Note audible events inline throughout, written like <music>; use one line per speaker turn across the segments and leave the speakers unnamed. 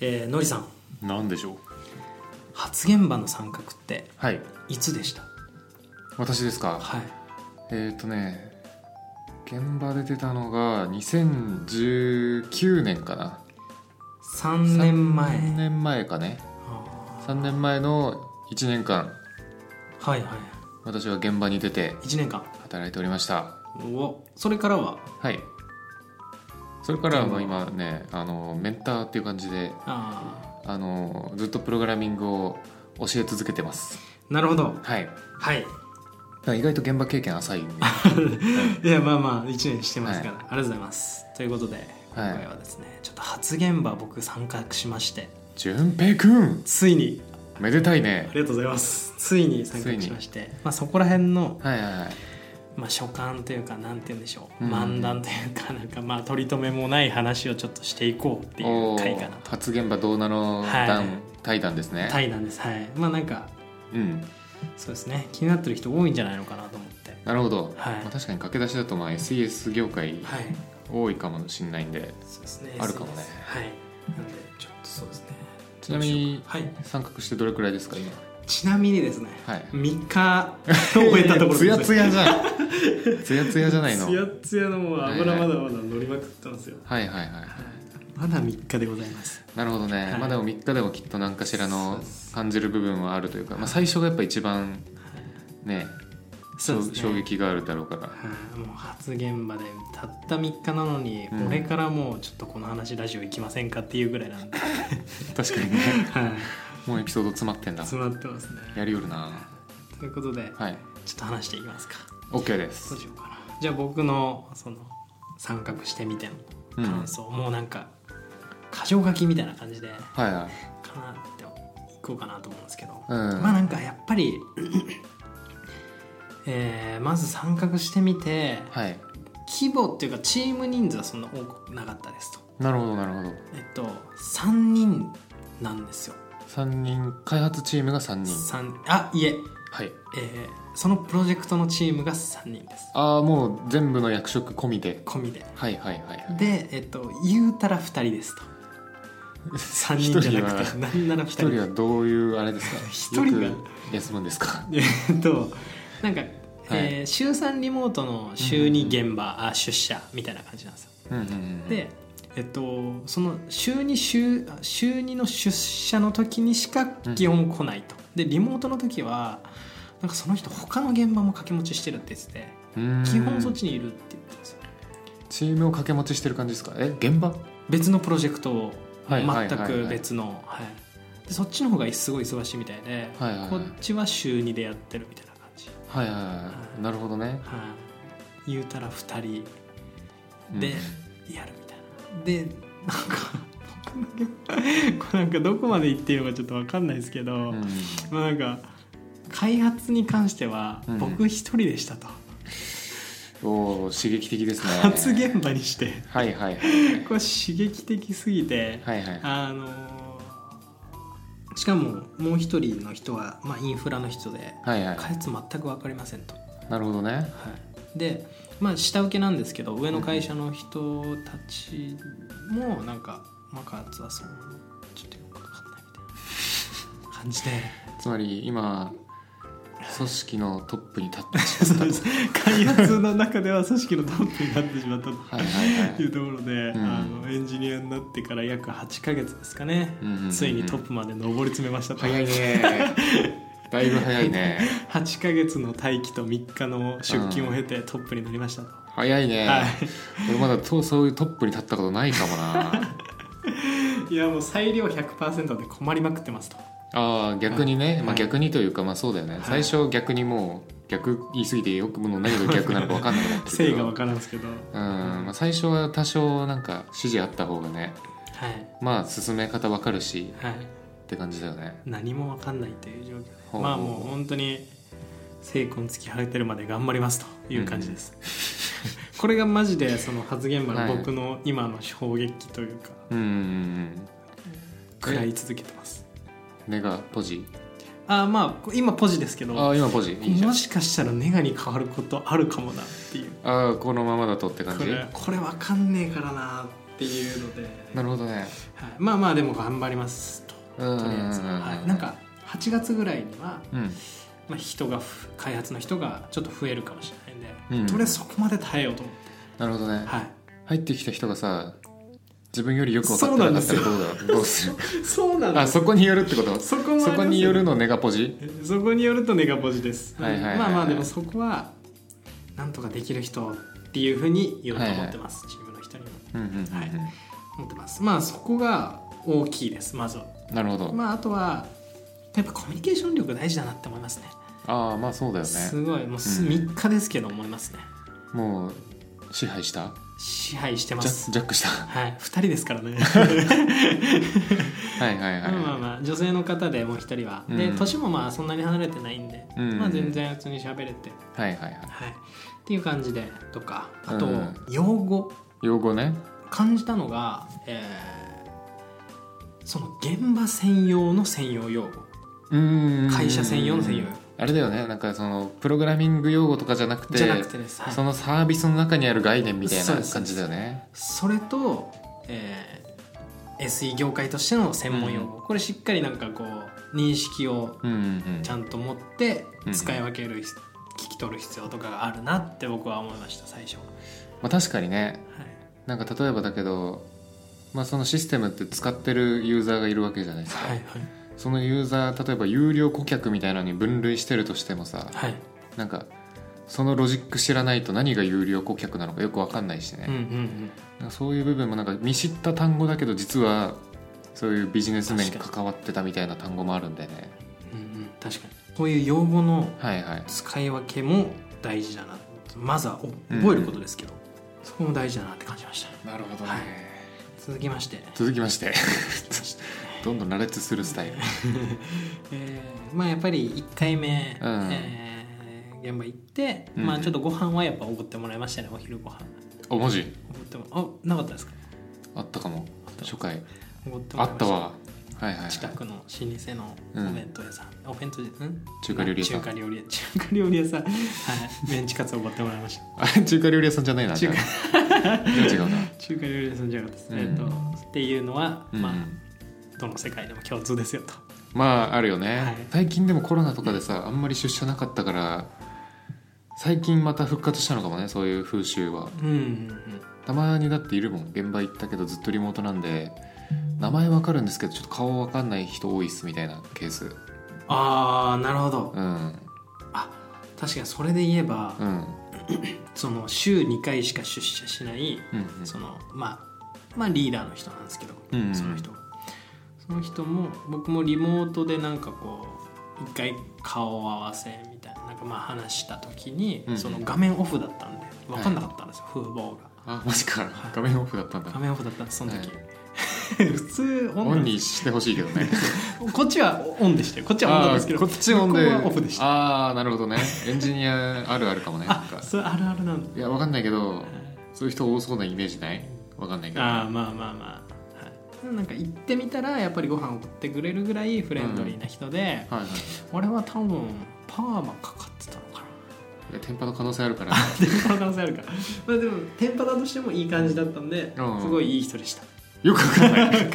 えー、のりさん
なんでしょう
発言場の三角って
はい
いつでした
私ですか
はい
えっ、ー、とね現場で出たのが2019年かな
3年前
3年前かね
あ
3年前の1年間
ーはいは
私は現場に出て
い1年間
働いておりました
おそれからは
はいそれからはもう
現
今ねあのメンターっていう感じで
あ
あのずっとプログラミングを教え続けてます
ーなるほど
はい
はい
意外と現場経験浅いんで
<laughs> いやまあまあ1年してますから、ありがとうございますということで今回はですね、ちょっと発言場僕参画しまして
<laughs> 淳平くん
ついに
めでたいね
ありがとうございますついに参画しまして、まあ、そこら辺の、
はいはいはい
まあ、所感というかなんて言うんでしょう、
うん
漫談というかなんかまあ取り留めもない話をちょっとしていこうっていう
お
回かな
ー発言場どうなの
はい
談、対談ですね、
対談ですはいまあなんか
うん
そうですね気になってる人多いんじゃないのかなと思って
なるほど、
はい
まあ、確かに駆け出しだとまあ SES 業界
はい
多いかもしれないんで
そうですね
あるかもね
SNS はいなんでちょっとそうですね
ちなみに
はい
参画してどれくらいですか今
ちなみにですね、
はい
3日 <laughs> 終えたところ
つ
で
や
す
つやじゃん
<laughs>
つやつやじゃないの
つやつやのもう油
はいは
ま
い
だまだ乗りまくってますよ、
はいはいはい
まだ3日でございます
なるほどね、
はい
まあでも3日でもきっと何かしら
そう
の
です
感じる部分はあるというか、まあ、最初がやっぱ一番ね
そうですね
衝撃があるだろうから
はいもう発言までたった3日なのに、
うん
俺からもうちょっとこの話ラジオ行きませんかっていうぐらいなんで、
確かにね
はい、
<laughs> もうエピソード詰まってんだ
詰まってますね
やりよるな
ということで
はい
ちょっと話していきますか
OK で
ど
す
うしようかなじゃあ僕のその参画してみての感想、もうなんか箇条書きみたいな感じで
はいはい
かなっていこうかなと思うんですけど、
うん
まあなんかやっぱり、 <clears throat> えーまず参画してみて
はい
規模っていうかチーム人数はそんな多くなかったですと
なるほどなるほど
えっと3人なんですよ
3人開発チームが3人
三あいえ
はい
えーそのプロジェクトのチームが3人です
ああもう全部の役職込みで
込みで
はいはいはいはい
でえっと言うたら2人です
<laughs>
と3人じゃなく
一
てなんなら2
一
人
人はどういうあれですか
<laughs> 一人が
よく休むんですか
<laughs> えっとなんか、えー週3リモートの週2現場、あ出社みたいな感じなんですよ、
うんうんうん
でえっとその週2週あ週2の出社の時にしか基本来ないと、でリモートの時はなんかその人他の現場も掛け持ちしてるって言ってて
うん
基本そっちにいるって言ってたんですよ
チームを掛け持ちしてる感じですかえ現場
別のプロジェクトを
はい
全
はいはいはい
く別のはいでそっちの方がすごい忙しいみたいで、
はいはいはい
こっちは週2でやってるみたいな感じ
はいはいはいなるほどね
はい、言うたら2人
うん
でやるみたいな、でなんか <laughs> 僕のこれなんかどこまで言っていいのかちょっと分かんないですけど、
うん
まあなんか開発に関しては
うん
僕一人でしたと、
おー刺激的ですね
発現場にして
はいはいはい
これ刺激的すぎて、
はいはい
あのーしかももう一人の人は、まあ、インフラの人で
はいはい
開発全く分かりませんと。
なるほどね
はい、でまあ下請けなんですけど上の会社の人たちもなんかマカーツはそうちょっとよくわかんないみたいな感じで
つまり今組織のトップに立って
そうです開発の中では組織のトップになってしまったと
はいはいはい
いうところで、
ん
あのエンジニアになってから約8ヶ月ですかね、
うんうんうん
ついにトップまで上り詰めましたと
早
<laughs>
いねだいぶ早いね
8ヶ月の待機と3日の出勤を経てトップになりましたと、
早いね、
はい
俺まだとそういうトップに立ったことないかも
<laughs>
な
いやもう裁量100%で困りまくってますと。
あー逆にね、ま
は
あ、
い
逆にというかまあそうだよね、最初逆にもう逆言い過ぎてよくもう何が逆なのか分かんなくなってるけ
性
ど
が分
うん
からんすけど、
まあ、最初は多少なんか指示あった方がね
はい
まあ進め方分かるし
はい
って感じだよね
何も分かんないという状況で
ほう
まあもう本当に精魂突き晴れてるまで頑張りますという感じです、 <laughs> これがマジでその発言場
はい
の僕の今の衝撃というか
うんうんうん
食らい続けてます、
ネガポジ
ああまあ今ポジですけ
あ
ど
あ今ポジいいじゃん
もしかしたらネガに変わることあるかもなっていう
ああこのままだとって感
こ
じ
れこれ分かんねえからなっっていうので、
なるほどね
はい、まあまあでも頑張りますと
うん
とりあえずは、はい、なんか8月ぐらいには、
うん
まあ、人がふ開発の人がちょっと増えるかもしれないんで、
うん
とりあえずそこまで耐えようと思って、
なるほどね
はい、
入ってきた人がさ自分よりよく分かってなかったらどうだどうする
そう <laughs> なん
あ
です
そこによるってこと
そこもあります
そこによるのネガポジ
そこによるとネガポジです、
はいはいはいはい
まあまあでもそこはなんとかできる人っていうふうに言おうと思ってます、チームの人にも
うんうんうんうん
はい思ってますまあそこが大きいですまずは
なるほど
まああとはやっぱコミュニケーション力大事だなって思いますね
ああまあそうだよね
すごいもうす
うん
3日ですけど思いますね
もう支配した
支配してま
ジ
す
ャジャック
<laughs>
した
はい、2人です
<laughs>
からね
はいはいはい、
まあまあまあ女性の方でもう1人は、で
うん
年もまあそんなに離れてないんで、
うん
まあ、全然普通に喋れて、
はいはいは
はい、
い
っていう感じでとかあと、
うん
用語
用語ね
感じたのが、えーその現場専用の専用用語
うーん
会社専用の専用
あれだよねなんかそのプログラミング用語とかじゃなくて
じゃなくてです、はい
そのサービスの中にある概念みたい
そう
な
です
感じだよね
それと、えー SE 業界としての専門用語、これしっかりなんかこう認識を
うんうんうん
ちゃんと持って
うん
使い分ける、聞き取る必要とかがあるなって僕は思いました最初は
まあ、確かにね
い、
なんか例えばだけど、まあ、そのシステムって使ってるユーザーがいるわけじゃないですか、
はい
そのユーザー例えば有料顧客みたいなのに分類してるとしてもさ
はいはい
なんかそのロジック知らないと何が有料顧客なのかよく分かんないしね、
うんうんうん
なんかそういう部分もなんか見知った単語だけど実はそういうビジネス面に関わってたみたいな単語もあるんでね
うんうん確かにこういう用語の
はいはい
使い分けも大事だなまずはお覚えることですけど、そこも大事だなって感じました
なるほど
ね続きまして
続きまして
続きまして、
どんどん羅列するスタイル
えーまあやっぱり1回目、
うん
えー現場行って、
うん
まあちょっとご飯はやっぱおごってもらいましたねお昼ご飯
お文字
おごってもあなかったですか
あったかも初回
おごっても
あ
らいまし
っ
た
たわはいはい、はい、
近くの老舗のお弁当屋さん、お弁当うん
中華料理屋さん
中華料理屋中華料理屋さんはいメンチカツおごってもらいました
あ <laughs> 中華料理屋さんじゃないな
中華
じ
<laughs>
ゃあ違うな
中華料理屋さんじゃなかったです、
うん
えっとっていうのは、
うんうん
まあどの世界でも共通ですよと
まああるよね、
はい
最近でもコロナとかでさあんまり出社なかったから最近また復活したのかもねそういう風習は
うんうんうん
たまにだっているもん現場行ったけどずっとリモートなんで名前わかるんですけどちょっと顔わかんない人多いっすみたいなケース
ああなるほど
うん
確かにそれで言えば、
うん
その週2回しか出社しない
うん
そのまあまあリーダーの人なんですけど、
うんうん
その人その人も僕もリモートでなんかこう一回顔を合わせみたいななんかまあ話した時に、
うんうん
その画面オフだったんで分かんなかったんですよ、風貌が
あマジか
はい
画面オフだったんだ
画面オフだったんですその時、 <laughs>
は
普通オン
オ
な
ン
んで
にしてほしいけど
<laughs>
ね
すこっちはオンでしたよこっちはオンなんですけど
あーこっちオンで
向こうはオフでした
ああなるほどねエンジニアあるあるかもねなん
あ
か
それあるあるなんだ
いやわかんないけど
はい
そういう人多そうなイメージないわかんないけど
ああまあまあまあ、はい、でもなんか行ってみたらやっぱりご飯を送ってくれるぐらいフレンドリーな人で、
はいはい
俺は多分パーマかかってたの <laughs> かな
いやテンパの可能性あるから <laughs>
テンパの可能性あるからまあでもテンパだとしてもいい感じだったんで、
うん
すごいいい人でした
よくわかんない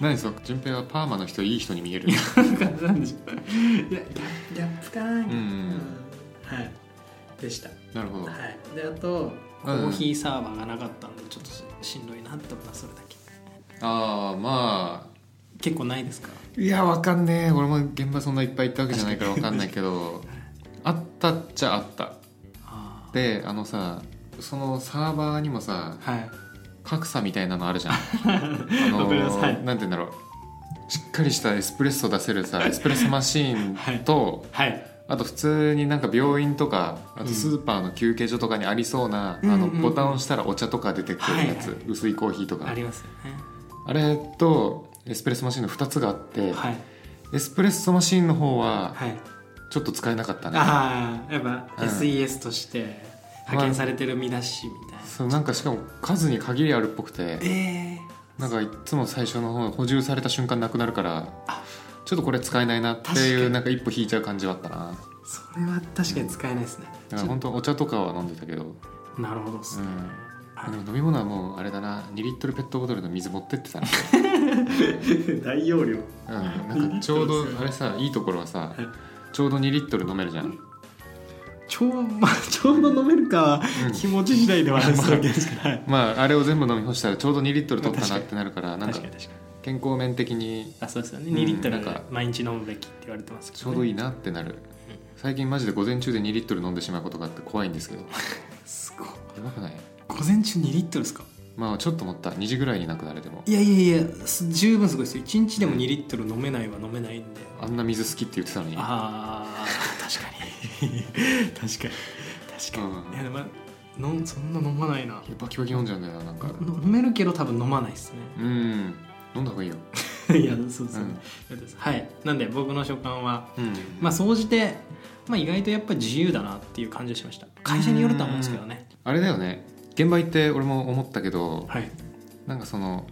何その順平はパーマの人いい人に見える
なんかなんでしょう <laughs> いやギャッギャップかなうんはいでした、
なるほど
は
はい
い、であとコ
うん
ーヒーサーバーがなかったんでちょっとししんどいなって思ったそれだけ
ああま
結構ないですか
あいやわかんねえ俺も現場そんないっぱい行ったわけじゃないからわかんないけどあったっちゃあった
あ
であのさそのサーバーにもさ
あはい
格差みたいなのあるじゃんあ
わかりますはい
なんて言うんだろうしっかりしたエスプレッソ出せるさエスプレッソマシーンと、
はい
あと普通になんか病院とかあとスーパーの休憩所とかにありそうな、
うん
あの
うんうんうん
ボタンを押したらお茶とか出てくるやつ、
はい
薄いコーヒーとか
あ
あ
りますよね
れとエスプレッソマシンの2つがあって、
はい
エスプレッソマシンの方は
はい
ちょっと使えなかったね、
ああやっぱ
うん
SES として派遣されてる見出しみたいな、
そうなんかしかも数に限りあるっぽくて
え
なんかいっつも最初の方補充された瞬間なくなるからちょっとこれ使えないなって
確
い
か
う
に
なんか一歩引いちゃう感じはあったな
ー、それは確かに使えないですね、
だから本当お茶とかは飲んでたけど、
なるほどっす
う
ね、
ん、でも飲み物はもうあれだな2リットルペットボトルの水持ってってたな
<laughs> 大容量
うん、なんかちょうどあれさいいところはさ
はい
ちょうど2リットル飲めるじゃん
ちょう,、まあ、ちょうど飲めるかは
うん
気持ち次第ではあるわけですから、はい
まああれを全部飲み干したらちょうど2リットル取ったなってなるからなんか
確かに確かに
健康面的に
あそうですよね
うん
2リット
なんか
ル毎日飲むべきって言われてますけ
ち
ど、
ょ
ね
うどいいなってなる最近マジで午前中で2リットル飲んでしまうことがあって怖いんですけどや
すごい
ばくない
午前中2リットルですか
まあちょっと持った2時ぐらいになくなれても
いやいやいやす十分すごいですよ1日でも2リットル飲めないは飲めないんで、
あんな水好きって言ってたのに
あー確か
<laughs>
に確かに確かに、
うん
いやでものんそんな飲まないな
バキバキ飲んじゃうんだよななんか
飲めるけど多分飲まないです
うん飲んだ方がいいよ
ね <laughs> いやそうです
う
ね、
ん
そうですはいなんで僕の所感は
うん
まあ総じて、まあ、意外とやっぱ自由だなっていう感じがしました会社によるとは思うんですけどね
あれだよね現場行って俺も思ったけど
はい、
なんかその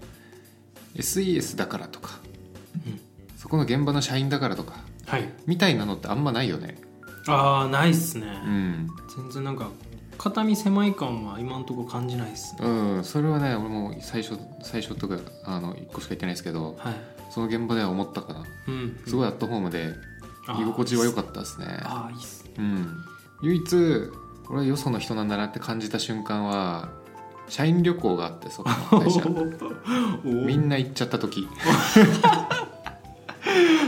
SES だからとか
うん
そこの現場の社員だからとか
はい、
みたいなのってあんまないよね
ああないっすね、
うん、
全然なんか肩身狭い感は今んとこ感じないっすね
うん、それはね俺も最初最初とかあの1個しか言ってないですけど
はい
その現場では思ったかな
うん
すごい
い
アットホームで居心地は良かったですね
あーいいっすね
うん唯一俺はよその人なんだなって感じた瞬間は社員旅行があってそこの
<laughs>
会社みんな行っちゃった時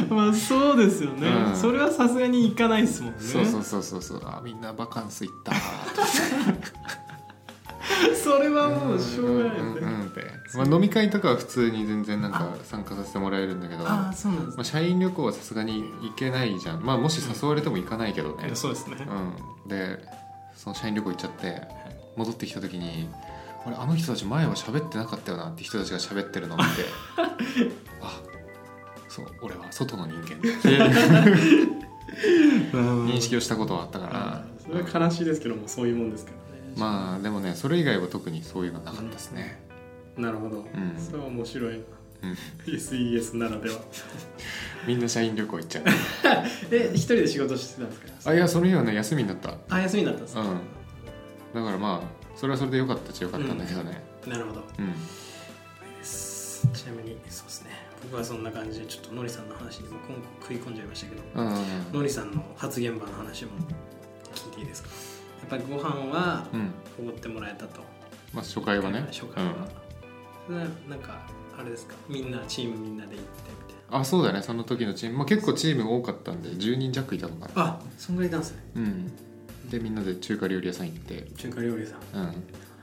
まあそうですよね、
うん
それはさすがに行かないですもんね
そうそうそうそうそうあみんなバカンス行ったー
<laughs> それはもうしょうがないですね、
うんうんうんってまあ、飲み会とかは普通に全然なんか参加させてもらえるんだけど
ああそうなんです
ま
ね
あ、社員旅行はさすがに行けないじゃん、まあ、もし誘われても行かないけどね
いや、そうですね、
うん、でその社員旅行行っちゃって戻ってきた時に「あれあの人たち前は喋ってなかったよな」って人たちが喋ってるのを見
<laughs>
て「あそう俺は外の人間だ」って認
認
識をしたことはあった
<laughs>
から、
それは悲しいですけどもそういうもんですからね
まあでもねそれ以外は特にそういうのはなかったですね、
なるほど、
ん
それは面白いな
うん
SES ならでは
みんな社員旅行行っちゃう
で一人で仕事してたんですか
あいやその日はね休みになっただ
あ休みだったんですか、
うんからまあそれはそれで良かったっちゃ良かったんだけどね
なるほど
うん、
ですちなみにそうですね僕はそんな感じでちょっとノリさんの話にも今後食い込んじゃいましたけど
うんうん
ノリさんの発言場の話も聞いていいですかやっぱりご飯は
うん
おごってもらえたと
まあ初回はね
初回は
う
そ
ん、
れはなんかあれですかみんなチームみんなで行ってみたい
あそうだねその時のチーム、まあ、結構チーム多かったんで10人弱いたのか
な
な
あそんぐらいいたんですね
うんでみんなで中華料理屋さん行って
中華料理さん
う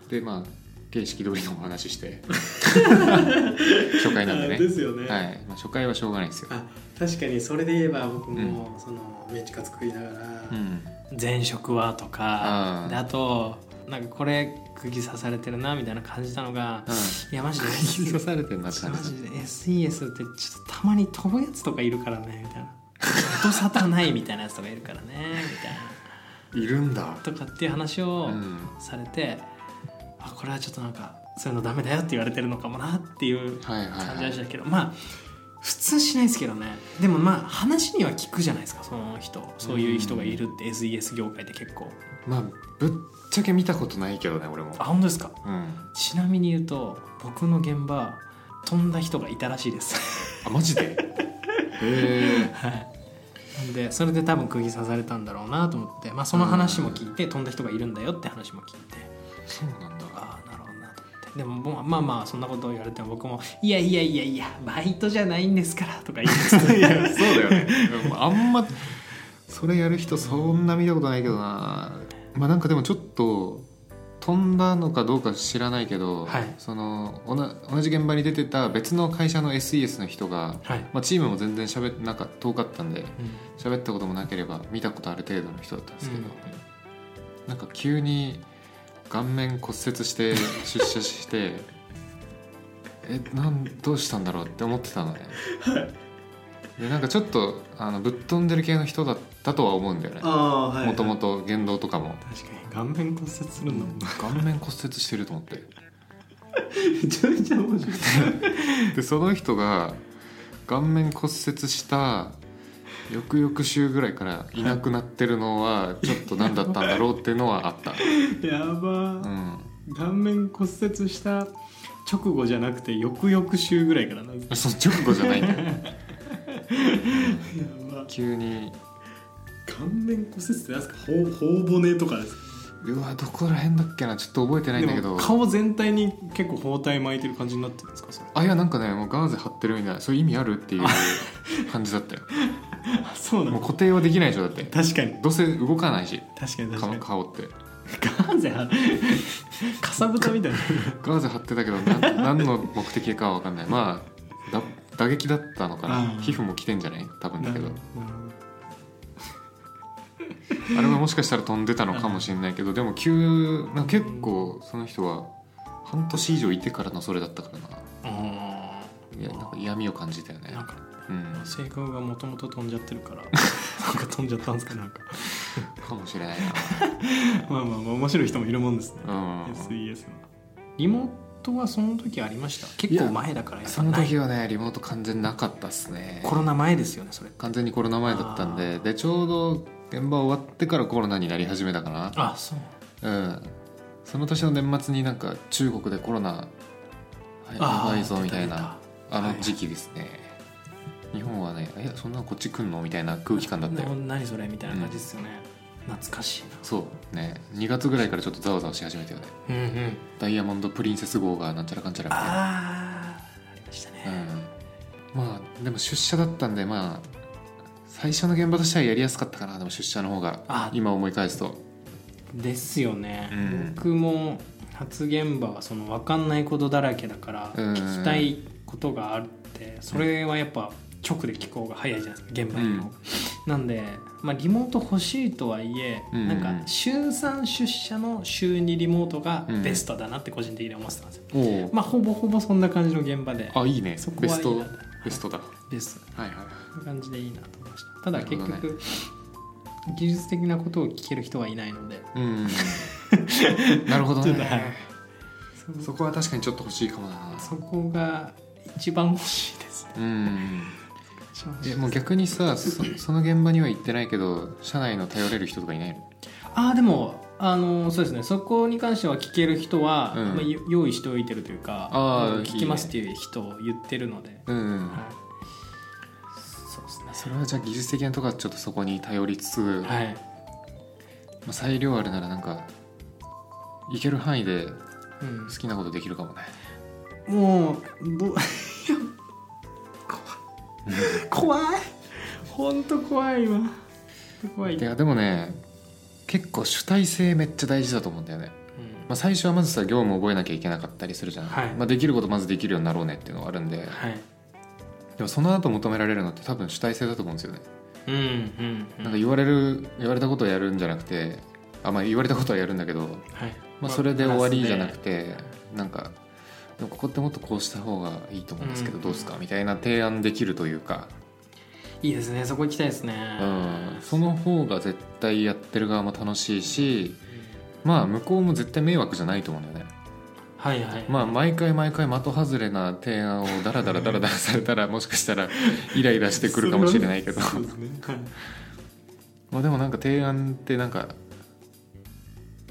んでまあ形式通りのお話して
<laughs>
初回なんでね
あですよね、
はいまあ、初回はしょうがないですよ、
あ確かにそれで言えば僕も、そのメンチカツ食いながら
うん、
「前食は?」と
あ
か
ー
であとなんかこれ釘刺されてるなみたいな感じたのが、いやマジ
<laughs>
で
釘刺されてるな
マ
って感じ
ジで SES ってちょっとたまに飛ぶやつとかいるからねみたいな音沙汰ないみたいなやつとかいるからねみ <laughs> たい
いるんだ
なとかっていう話を
うん
されて、あこれはちょっとなんかそういうのダメだよって言われてるのかもなっていう
はいはい
感じで
はい
したけど、まあ普通しないですけどねでもまあ話には聞くじゃないですかその人そういう人がいるって SES 業界って結構
まあぶっちゃけ見たことないけどね俺も
あ本当ですか
うん、
ちなみに言うと僕の現場飛んだ人がいたらしいです <laughs>
あマジでへえ
はい、でそれで多分釘刺されたんだろうなと思って、まあ、その話も聞いて飛んだ人がいるんだよって話も聞いて
そうなんだ
ああなるほどなと思ってでももうまあまあそんなことを言われても僕も「いやいやいやいやバイトじゃないんですから」とか言いつつい
いや
や
そうだよねうんあんまそれやる人そんな見たことないけどなまあなんかでもちょっと飛んだのかどうか知らないけど、
はい
そのおな同じ現場に出てた別の会社の SES の人が、
<laughs> はい、
まあ、チームも全然喋ってなんか遠かったんで
うん
喋ったこともなければ見たことある程度の人だったんですけど、
うん
なんか急に顔面骨折して出社して <laughs> えなんどうしたんだろうって思ってたのねでなんかちょっとあのぶっ飛んでる系の人だったとは思うんだよね
ああはい
もとも
と
と言動と
<laughs>
かも
確かに顔面骨折するの
顔面骨折してると思って
めちゃめちゃ面白い
でその人が顔面骨折した翌々週ぐらいからいなくなってるのはちょっと何だったんだろうっていうのはあった
やば
う
ー
ん
顔面骨折した直後じゃなくて翌々週ぐらいからな
その直後じゃないんだよ
<laughs> やば
急に
顔面骨折って何ですか頬頬骨とかですか
うわどこら辺だっけなちょっと覚えてないんだけ
で
ど
も顔全体に結構包帯巻いてる感じになってるんですかそれ
あいやなんかねもうガーゼ貼ってるみたいなそういう意味あるっていう感じだったよ
あそうな
もう
の
固定はできないでしょだって
確かに
どうせ動かないし
確かに確か
顔
に
顔って
ガーゼ
<laughs>
はかさぶたみたいな
ガーゼ貼ってたけどな何の目的かは分かんないまあだ打撃だったのかな
うん
皮膚も来てんじゃない多分だけど
なるほど
あれはもしかしたら飛んでたのかもしれないけどでも急なんか結構その人は半年以上いてからのそれだったからな
あ
いやなんか嫌味を感じたよ
ー
ね
なんか
うん
性格がもともと飛んじゃってるから
<laughs>
なんか飛んじゃったんですかなんか
かもしれない
まあまあまあ面白い人もいるもんですね、
なうん
SES はリモートはその時ありました結構前だからやっ
そ
ぱ
の
ない
時はねリモート完全なかったっすね
コロナ前ですよねそれ
完全にコロナ前だったん
あ
ででちょうど現場終わってからコロナになり始めたかな
あそう
うん、その年の年末になんか中国でコロナはい
あ
や
ー
ばいぞみたい
出
な
た
あの時期ですね、日本はね「えそんなこっち来んの?」みたいな空気感だったよ
な何それみたいな感じですよね、懐かしい
そうね2月ぐらいからちょっとざわざわし始めたよね
なうんうん
ダイヤモンド・プリンセス号がなんちゃらかんちゃらみたいな
あーありましたね、
うん、まあでも出社だったんでまあ最初の現場としてはやりやすかったかなでも出社の方
あ
が今思い返すと
ですよね、
うん
僕も発言場はその分かんないことだらけだから
うん
聞きたいことがあってそれはやっぱ直で聞こうが早いじゃないですか現場にも、なんで、まあ、リモート欲しいとはいえ、
うん
なんか週3出社の週2リモートがベストだなって個人的に思ってたんですよ、
おお、
まあほぼほぼそんな感じの現場で
あいいね
そこ
ベ
は
ス
いい
ト
な
ベストだは
ベスト
いはい
こんな感じでいいなと思いましたただ結
なるほ
局、技術的なことを聞ける人はいないので
うん、
<laughs>
なるほど
ちょっとはい
ねそこは確かにちょっと欲しいかもな
そこが一番欲しいですね。
うんえもう逆にさそその現場には行ってないけど社内の頼れる人とかいないの
ああでもあのそうですねそこに関しては聞ける人は、
うん
まあ、よ用意しておいてるというか
あー
聞きますっていう人を言ってるので、
うん
はい、そうですね
それはじゃあ技術的なとこはちょっとそこに頼りつつ、ま
はい、
あ、裁量あるならなんか行ける範囲で好
う
きなことできるかもね
ん、もうどいや怖い怖い本当怖い今怖い、
い
うん、
やでもね結構主体性めっちゃ大事だと思うんだよね、まあ、最初はまずさ業務覚えなきゃいけなかったりするじゃん、
はい
まあ、できることまずできるようになろうねっていうのがあるんで、
はい
でもその後求められるのって多分主体性だと思うんですよね、
うんうんう
なんか言われる言われたことをやるんじゃなくてあまあ言われたことはやるんだけど、
はい
まあ、それで終わりじゃなくてなんかでもここってもっとこうした方がいいと思うんですけど
うん
どうですかみたいな提案できるというか、
いいですねそこ行きたいですね
うん、その方が絶対やってる側も楽しいしまあ向こうも絶対迷惑じゃないと思うんだよね
はいはい、
まあ毎回毎回的外れな提案をダラダラダラダラされたらもしかしたらイライラしてくるかもしれな
<laughs>
いけど
そうですねはい
まあでもなんか提案ってなんか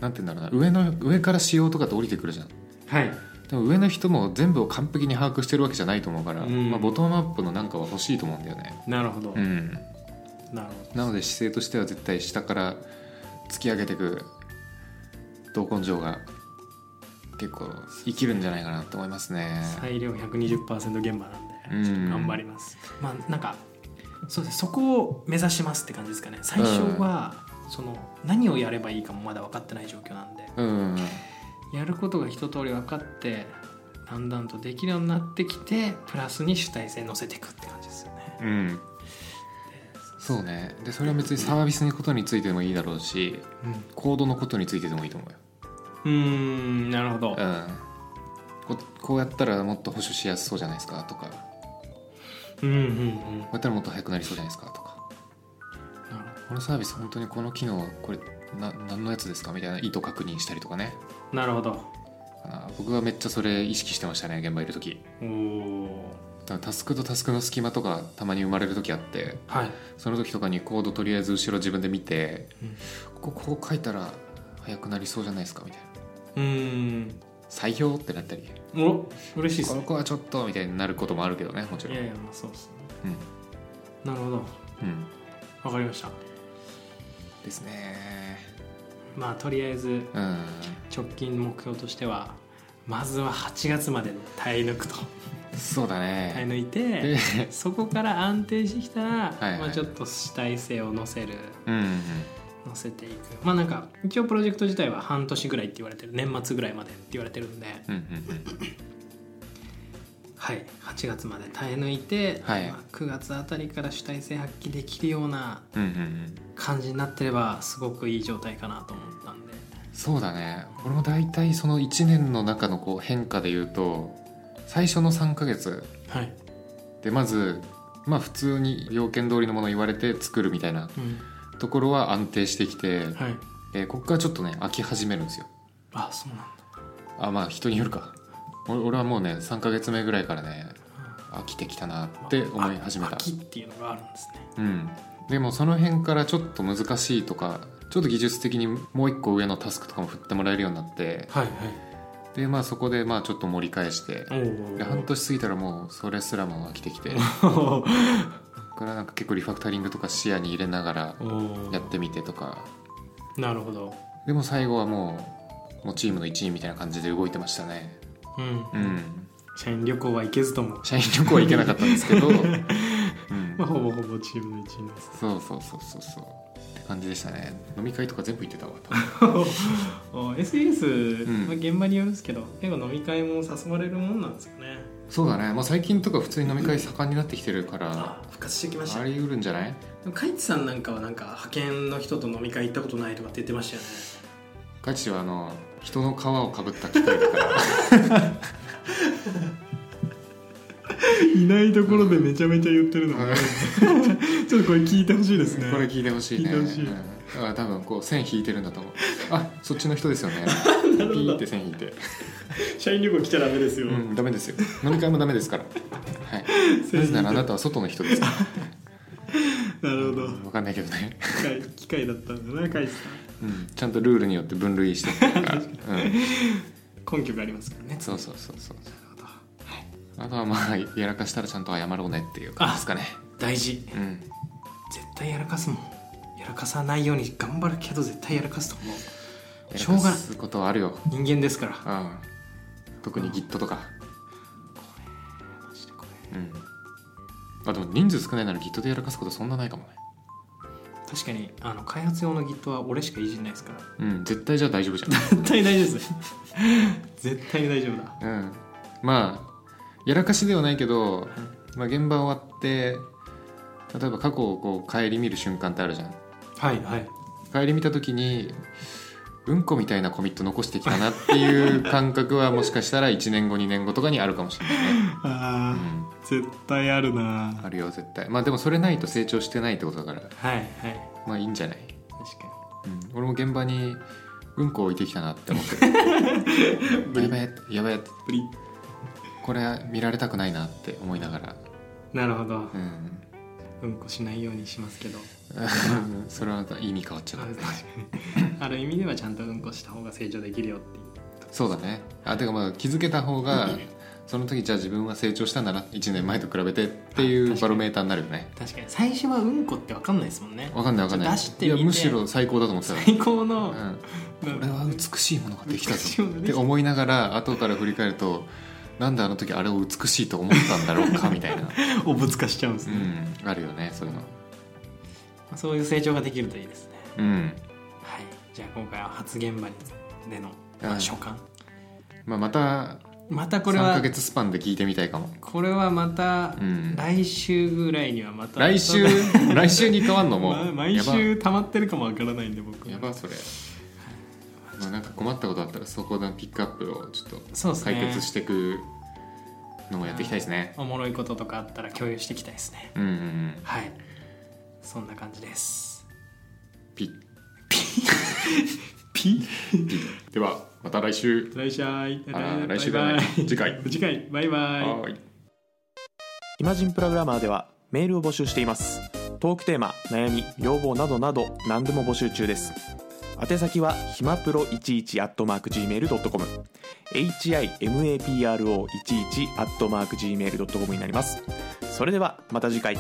なんて言うんだろうな上の上から仕様とかって降りてくるじゃん
はい、
でも上の人も全部を完璧に把握してるわけじゃないと思うから、
うん
まあ、ボトムアップのなんかは欲しいと思うんだよね
なるほど、
うん
なる
なので姿勢としては絶対下から突き上げてく同根性が結構生きるんじゃないかなと思いますね
ほど裁量120%現場なんで、
うん
ちょっと頑張りますまあなんかそうですねそこを目指しますって感じですかね最初は、その何をやればいいかもまだ分かってない状況なんで
うん
やることが一通り分かってだんだんとできるようになってきてプラスに主体性乗せていくって感じですよね
うんそうねでそれは別にサービスのことについてもいいだろうしコードのことについてでもいいと思うよ
うんんなるほど
うん、ここうやったらもっと保守しやすそうじゃないですかとかこ
うんうんうんなる
うやったらもっと早くなりそうじゃないですかとかこのサービス本当にこの機能これな何のやつですかみたいな意図確認したりとかね
なるほど
かな僕はめっちゃそれ意識してましたね現場いる時
おお
だからタスクとタスクの隙間とかたまに生まれる時あって
はい
その時とかにコードとりあえず後ろ自分で見て、
うん
こここう書いたら早くなりそうじゃないですかみたいな
うん
採用ってなったり
お嬉しいです
この
ね
子はちょっとみたいになることもあるけどねもちろ
い
ん
やいやまあそうですね、なるほど
うん
わかりました
ですね
まあとりあえず
うん
直近目標としてはまずは8月まで耐え抜くと
そうだ
耐え
ね
抜いて
で
そこから安定してきたら
いはい
まあ、ちょっと主体性を乗せる
うんうん
乗せていくまあなんか一応プロジェクト自体は半年ぐらいって言われてる年末ぐらいまでって言われてるんで
うんうん
はい8月まで耐え抜いて、
はい
まあ、9月あたりから主体性発揮できるような
うんうんうん
感じになってればすごくいい状態かなと思ったんで
そうだね俺も大体その1年の中のこう変化で言うと最初の3ヶ月
はい、
でまずまあ普通に要件通りのもの言われて作るみたいな
うん、
ところは安定してきて、
はい
えーここからちょっとね飽き始めるんですよ
あそうなんだ
あまあ人によるか俺俺はもうね3ヶ月目ぐらいからね飽きてきたなって思い始め
あ
た
秋っていうのがあるんですね
うんでもその辺からちょっと難しいとかちょっと技術的にもう一個上のタスクとかも振ってもらえるようになって
はい
でまあそこでまあちょっと盛り返して
はいおお
で半年過ぎたらもうそれすらも飽きてきて
<laughs>
ここからなんか結構リファクタリングとか視野に入れながら
お
やってみてとか
おなるほど
でも最後はもうもうチームの一員みたいな感じで動いてましたね
うん、
うん
社員旅行は行けずとも、
社員旅行は行けなかったんです
<laughs>
けど、うん、
まあ、ほぼほぼチームの一員 <laughs> です
そうそうそうそうそうって感じでしたね飲み会とか全部行ってたわ多分
<laughs> お SES、
ん
まあ、現場によるんですけど結構飲み会も誘われるもんなんですかね
そうだね、まあ、最近とか普通に飲み会盛んになってきてるから
あ復活してきました
あ
ね
り得るんじゃない
でもカイチさんなんかはなんか派遣の人と飲み会行ったことないとかって言ってましたよね
ガチはあの人の皮をかぶった機械だから
<laughs> いないところでめちゃめちゃ言ってるのちょっとこれ聞いてほ <laughs> しいです
これ聞いてほしいね
聞いてほしい
うんだから多分こう線引いてるんだと思うあそっちの人です
<laughs>
よねピ
ほど
ーって線引いて
社員旅行来ちゃダメですよ
うんダメですよ飲み会もダメですから <laughs> はいなぜならあなたは外の人ですから <laughs>
なるほど
分かんないけどね、
機械機械だったんだなカイチさん
うん、ちゃんとルールによって分類してるから、うん、
根拠がありますからね
そうそうそうそう
なるほど
あとはまあやらかしたらちゃんと謝ろうねっていう感じですかね
大事
うん
絶対やらかすもんやらかさないように頑張るけど絶対やらかすと思うし
し
ょ
ょ
う
う
が
が
な
ないいことはあるよ、
人間ですから
うん、特に Git とか、
マジでこれ
うん、あでも人数少ないなら Git でやらかすことそんなないかもね
確かにあの開発用の Git は俺しかいじんないですから
うん絶対じゃあ大丈夫じ
絶対大丈夫です絶対大丈夫だ
ゃん、うん、まあやらかしではないけど、まあ、現場終わって例えば過去をこう顧みる瞬間ってあるじゃん
はいはい
顧みた時にうんこみたいなコミット残してきたなっていう感覚はもしかしたら1年後2年後とかにあるかもしれないね、う
あ
ん、
絶対あるな
あるよ絶対まあでもそれないと成長してないってことだから
はいはい
まあいいんじゃない、
確か
うん、俺も現場にうんこ置いてきたなって思って
ブ
る
リ
やべえやべえ
プリ
これ見られたくないなって思いながら
なるほど
うん
うんこしないようにしますけど
<laughs> それは意味変わっちゃ
あ
う
確かにある意味ではちゃんとうんこした方が成長できるよっていう
そうだねあてかまあ気づけた方がその時じゃあ自分は成長したんだな1年前と比べてってい
あ確
う
かに
バロメーターになるよね
確かに最初はうんこって分かんないですもんね
わかんないわかんない
出してみて
いやむしろ最高だと思ってたよ
最高の、
うん
なん
こ
か
れは美しいものができた
美しい
ぞ
ものが
っ
でき
て
た
思いながら後から振り返るとなんであの時あれを美しいと思ったんだろうかみたい
<laughs>
な、
おぶつかしちゃうんです
う
ね、
ん、あるよねそういうの
そういう成長ができるといいですね
うん、
はいじゃあ今回は初現場にでの、ま
は
あ、
い
所感
まあ、また
またこれ
3
は
ヶ月スパンで聞いてみたいかも、
これはまた
うん、
来週ぐらいにはまた
来週来週に変わんのも
ま
う
毎週溜まってるかもわからないんで僕
やばやばそれ、まあ、なんか困ったことあったらそこのピックアップをちょっ
そうで
と
すね
解決していくのもやっていきたいですね
おもろいこととかあったら共有していきたいですね
うんうんうん
はいそんな感じです
ピ
ピ
ッではまた来週
来週
あー来週じゃない次回
<laughs> 次回バイバイ
はーい
イマジンプログラマーではメールを募集していますトークテーマ悩み要望などなど何でも募集中です宛先はひまプロ11アットマーク Gmail.com himapro11 アットマーク Gmail.com になりますそれではまた次回